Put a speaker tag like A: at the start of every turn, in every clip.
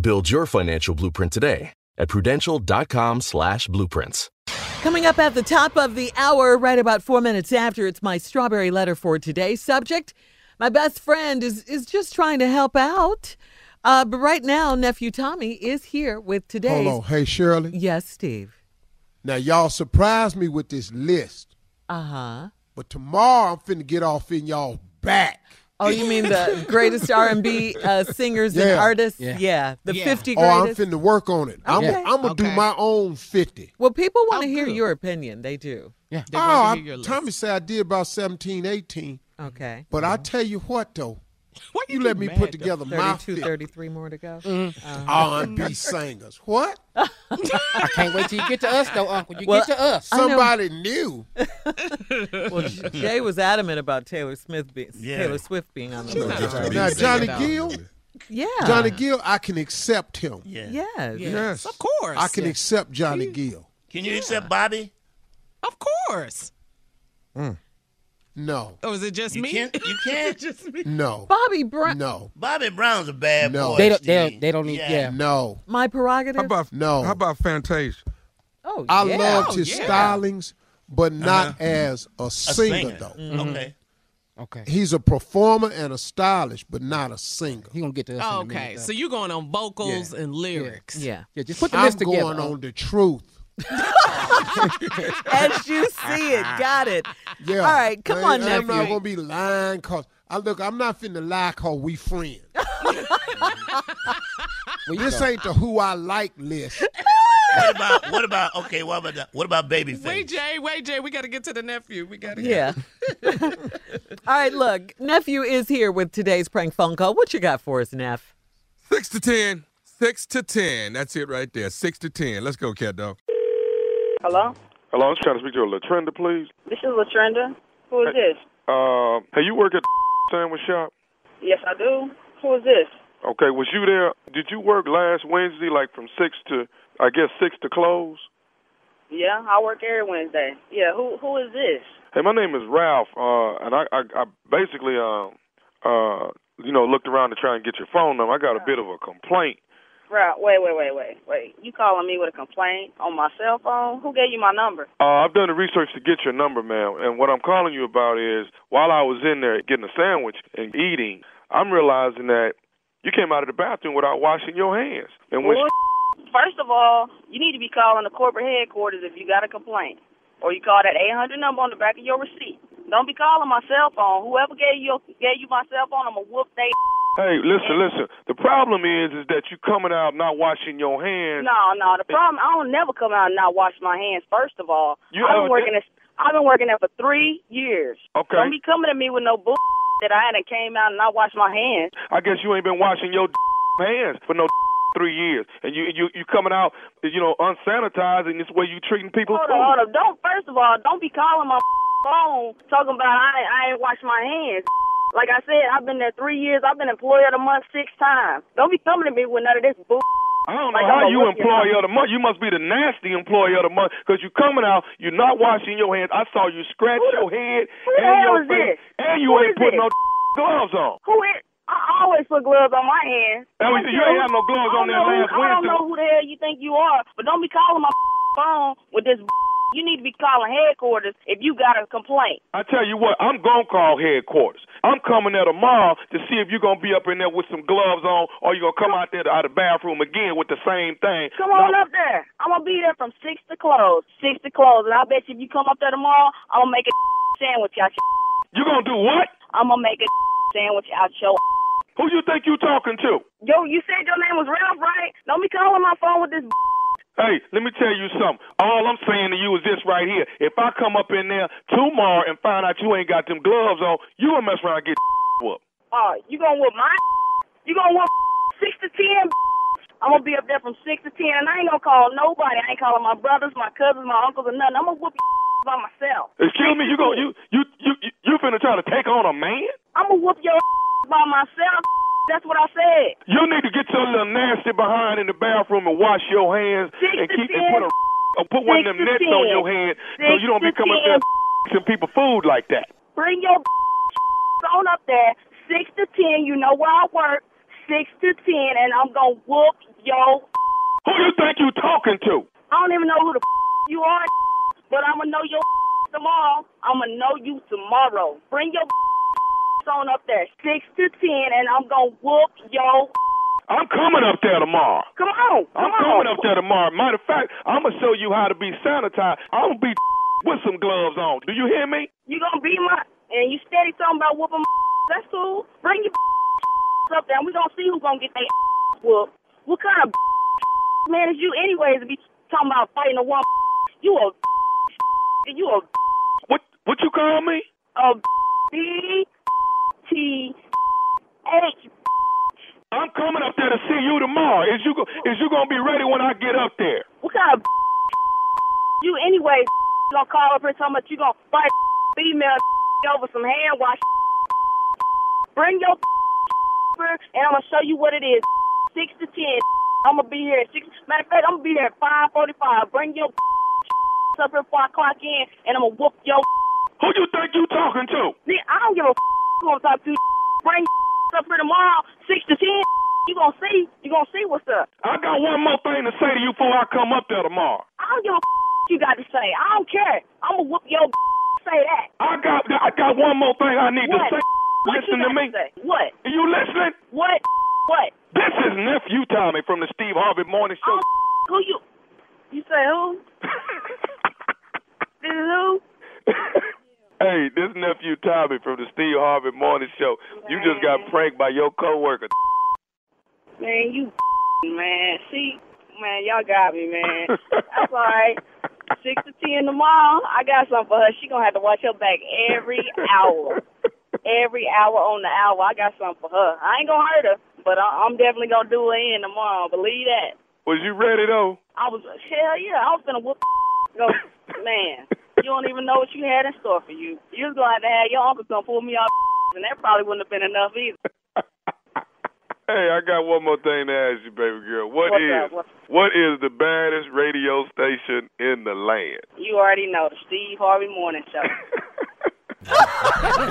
A: Build your financial blueprint today at prudential.com slash blueprints.
B: Coming up at the top of the hour, right about four minutes after, it's my strawberry letter for today. Subject, my best friend is, is just trying to help out. Uh, but right now, Nephew Tommy is here with today.
C: Hold on. Hey, Shirley.
B: Yes, Steve.
C: Now, y'all surprised me with this list.
B: Uh-huh.
C: But tomorrow, I'm finna get off in y'all back.
B: Oh, you mean the greatest R and B uh, singers yeah. and artists? Yeah, yeah. the yeah. fifty greatest.
C: Oh, I'm finna work on it. I'm okay. gonna okay. do my own fifty.
B: Well, people want to hear good. your opinion. They do.
D: Yeah.
C: They oh, I, Tommy said I did about 17, 18.
B: Okay.
C: But mm-hmm. I tell you what though. What you, you let me put together though? my
B: 32, 33 more to go. Uh-huh.
C: Mm. R&B um, singers. What?
D: I can't wait till you get to us, though, Uncle. You well, get to us.
C: Somebody knew.
B: well, Jay was adamant about Taylor Smith being yeah. Taylor Swift being on the list.
C: Now Johnny Gill.
B: Yeah.
C: Johnny Gill, I can accept him.
B: Yeah. Yes.
D: yes. Of course.
C: I can yeah. accept Johnny Gill.
E: Can you yeah. accept Bobby?
D: Of course.
C: Mm. No.
B: Oh,
D: Or is it just
E: you
D: me?
E: Can't, you can't.
C: just me. No.
B: Bobby Brown.
C: No.
E: Bobby Brown's a bad
D: no.
E: boy.
D: They don't. They don't, they don't need. Yeah. yeah.
C: No.
B: My prerogative.
F: How about
C: no?
F: How about Fantasia?
B: Oh,
C: I
B: yeah.
C: loved
B: oh,
C: his
B: yeah.
C: stylings, but not uh-huh. as a singer, a singer. though.
E: Mm-hmm. Okay.
D: Okay.
C: He's a performer and a stylist, but not a singer.
D: He gonna get to us. Oh, okay, minute, so you're going on vocals and lyrics.
B: Yeah.
D: Yeah. Just put the list
C: I'm
D: together.
C: going on the truth.
B: As you see it, got it.
C: Yeah.
B: All right, come
C: man,
B: on, nephew.
C: I'm not gonna be lying, cause I look, I'm not finna lie, cause we friends. well, this ain't the who I like list.
E: what about what about okay? What about that? what about babyface?
D: Wait, Jay, wait, Jay. We got to get to the nephew. We got to.
B: Yeah. Get... All right, look, nephew is here with today's prank phone call. What you got for us, Neff?
F: Six to ten. Six to ten. That's it right there. Six to ten. Let's go, cat dog.
G: Hello?
H: Hello, I was trying to speak to Latrenda, please.
G: This is Latrenda. Who is
H: hey,
G: this?
H: Uh, hey, you work at the sandwich shop?
G: Yes, I do. Who is this?
H: Okay, was you there? Did you work last Wednesday, like from 6 to, I guess, 6 to close?
G: Yeah, I work every Wednesday. Yeah, who who is this?
H: Hey, my name is Ralph, uh, and I, I, I basically, uh, uh, you know, looked around to try and get your phone number. I got a bit of a complaint.
G: Right, wait, wait, wait, wait, wait. You calling me with a complaint on my cell phone? Who gave you my number?
H: Uh, I've done the research to get your number, ma'am, and what I'm calling you about is while I was in there getting a sandwich and eating, I'm realizing that you came out of the bathroom without washing your hands. And when
G: Bull- First of all, you need to be calling the corporate headquarters if you got a complaint. Or you call that 800 number on the back of your receipt. Don't be calling my cell phone. Whoever gave you gave you my cell phone, I'm going to whoop they
H: Hey, listen, listen. The problem is, is that you coming out not washing your hands.
G: No, no. The problem, I don't never come out and not wash my hands. First of all,
H: You
G: I've
H: ever
G: been working.
H: did-
G: This, I've been working there for three years.
H: Okay.
G: Don't be coming at me with no bull that I hadn't came out and not washed my hands.
H: I guess you ain't been washing your hands for no three years, and you you you coming out, you know, unsanitized, and this way you treating people.
G: Hold on, hold on. Don't first of all, don't be calling my phone talking about I ain't- I ain't washed my hands. Like I said, I've been there three years. I've been employee of the month six times. Don't be coming at me with none of this bull.
H: I don't know
G: Like,
H: how
G: I'm a
H: you
G: rookie or
H: employee
G: something.
H: of the month. You must be the nasty employee of the month because you coming out, you're not washing your hands. I saw you scratch your head
G: who the
H: and
G: hell
H: your
G: is
H: face,
G: this?
H: and you
G: Who
H: ain't
G: is
H: putting
G: this?
H: no gloves on.
G: Who is? I always put gloves on my hands.
H: Now, you- you ain't had no
G: I
H: gloves on
G: don't
H: there
G: know
H: last
G: who- I don't
H: Wednesday.
G: know who the hell you think you are, but don't be calling my phone with this. You need to be calling headquarters if you got a complaint.
H: I tell you what, I'm gonna call headquarters. I'm coming there tomorrow to see if you're gonna be up in there with some gloves on, or you're gonna come out there to, out of the bathroom again with the same thing.
G: Come on
H: Now-
G: up there. I'm gonna be there from six to close. Six to close, and I bet you if you come up there tomorrow, I'm gonna make a sandwich out your.
H: You gonna do what?
G: I'm gonna make a sandwich out your.
H: Who you think you talking to?
G: Yo, you said your name was Ralph, right? Don't be calling my phone with this.
H: Hey, let me tell you something. All I'm saying to you is this right here. If I come up in there tomorrow and find out you ain't got them gloves on, you gonna mess around and get whooped.
G: Oh, you gonna whoop my? You gonna whoop six to ten? I'm gonna be up there from six to ten, and I ain't gonna call nobody. I ain't calling my brothers, my cousins, my uncles, or nothing. I'm gonna whoop your by myself.
H: Excuse me, you gonna you you you you, you finna try to take on a man?
G: I'm gonna whoop your by myself. That's what I said.
H: You need to get your little nasty behind in the bathroom and wash your hands
G: Six
H: and
G: to
H: keep
G: ten.
H: and put a or put one
G: Six
H: of them
G: to
H: nets
G: ten.
H: on your hand so
G: Six
H: you don't
G: to
H: be coming up there some people food like that.
G: Bring your on up there. Six to ten. You know where I work. Six to ten, and I'm gonna whoop your.
H: Who you think you talking to?
G: I don't even know who the you are, but I'm gonna know your tomorrow. I'm gonna know you tomorrow. Bring your on up there, six to ten, and I'm gonna whoop your.
H: I'm coming up there tomorrow.
G: Come on, come
H: I'm
G: on.
H: coming up there tomorrow. Matter of fact, I'm gonna show you how to be sanitized. I'm gonna be with some gloves on. Do you hear me?
G: You gonna be my and you steady talking about whooping. my That's cool. Bring your up there, and we gonna see who's gonna get their whooped. What kind of man is you, anyways? To be talking about fighting a woman. You a you a
H: what? What you call me?
G: A B T H.
H: I'm coming up there to see you tomorrow. Is you go- is you gonna be ready when I get up there?
G: What kind of you anyway? Gonna call up here talking about you gonna fight female over some hand wash. Bring your over and I'm gonna show you what it is. Six to ten. I'm gonna be here at six. Matter of fact, I'm gonna be here at five forty-five. Bring your up here before I clock in, and I'm gonna whoop your.
H: Who you think you talking to?
G: Nigga, I don't give a who I'm talking to. Bring up here tomorrow, six to ten. You gonna see? You gonna see what's up?
H: I got one more thing to say to you before I come up there tomorrow.
G: I don't give a what you got to say. I don't care. I'm gonna whoop your. Say that.
H: I got I got one more thing I need
G: What?
H: to say.
G: What
H: Listen
G: you got
H: to me.
G: say? What?
H: Are you listening?
G: What? What?
H: This is nephew Tommy from the Steve Harvey Morning Show.
G: Who you? You say who? this is who?
H: Hey, this nephew Tommy from the Steve Harvey Morning Show. You just got pranked by your coworker.
G: Man, you man. See, man, y'all got me, man. That's all right. Six to ten tomorrow. I got something for her. She gonna have to watch her back every hour, every hour on the hour. I got something for her. I ain't gonna hurt her, but I, I'm definitely gonna do her in tomorrow. Believe that.
H: Was you ready though?
G: I was hell yeah. I was gonna whoop. Go, man. You don't even know what you had in store for you. You was gonna have to have your uncle come pull me off, and that probably wouldn't have been enough either.
H: Hey, I got one more thing to ask you, baby girl. What
G: What's
H: is
G: up? What's-
H: what is the baddest radio station in the land?
G: You already know the Steve Harvey Morning Show.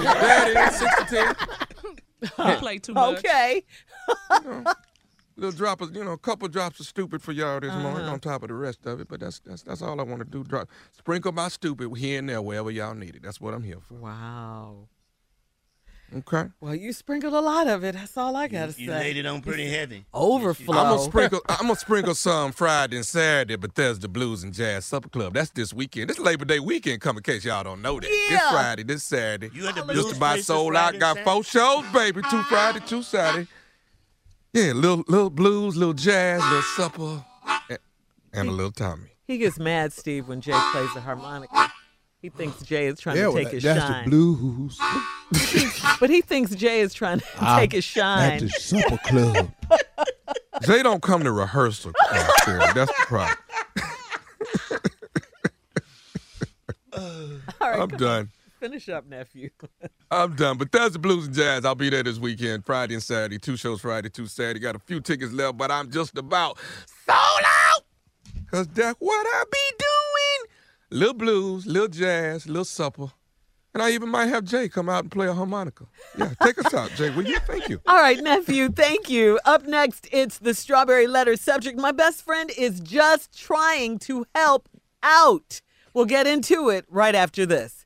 F: That is six to ten.
D: play too
F: much.
B: Okay.
F: Little drop of, you know, a couple drops of stupid for y'all this morning on top of the rest of it, but that's that's that's all I want to do. Drop, sprinkle my stupid here and there wherever y'all need it. That's what I'm here for.
B: Wow.
F: Okay.
B: Well, you sprinkled a lot of it. That's all I gotta
E: You
B: say.
E: laid it on pretty heavy.
B: Overflow.
F: I'm gonna sprinkle. I'm gonna sprinkle some Friday and Saturday at Bethesda Blues and Jazz Supper Club. That's this weekend. This Labor Day weekend. Come in case y'all don't know that. This
E: Yeah.
F: Friday, this Saturday.
E: You at the
F: Just
E: Blues
F: about
E: place this
F: sold
E: Friday
F: out.
E: and
F: Got four shows, baby. Two Friday, two Saturday. Yeah, little little blues, little jazz, little supper, and, and a little Tommy.
B: He gets mad, Steve, when Jay plays the harmonica. He thinks Jay is trying
F: Yeah,
B: to
F: well,
B: take
F: that-
B: his
F: that's the
B: shine.
C: blues.
B: but he thinks Jay is trying to
F: Ah,
B: take his shine.
F: at the supper club. Jay don't come to rehearsal. uh, Karen. That's the problem.
B: All right,
F: I'm
B: come on.
F: done.
B: Finish up, nephew.
F: I'm done. But that's the Blues and Jazz. I'll be there this weekend, Friday and Saturday. Two shows Friday, two Saturday. Got a few tickets left, but I'm just about sold out. Cause that's what I be doing. Little blues, little jazz, little supper. And I even might have Jay come out and play a harmonica. Yeah, take us out, Jay, will you? Thank you.
B: All right, nephew, thank you. Up next, it's the strawberry letter subject. My best friend is just trying to help out. We'll get into it right after this.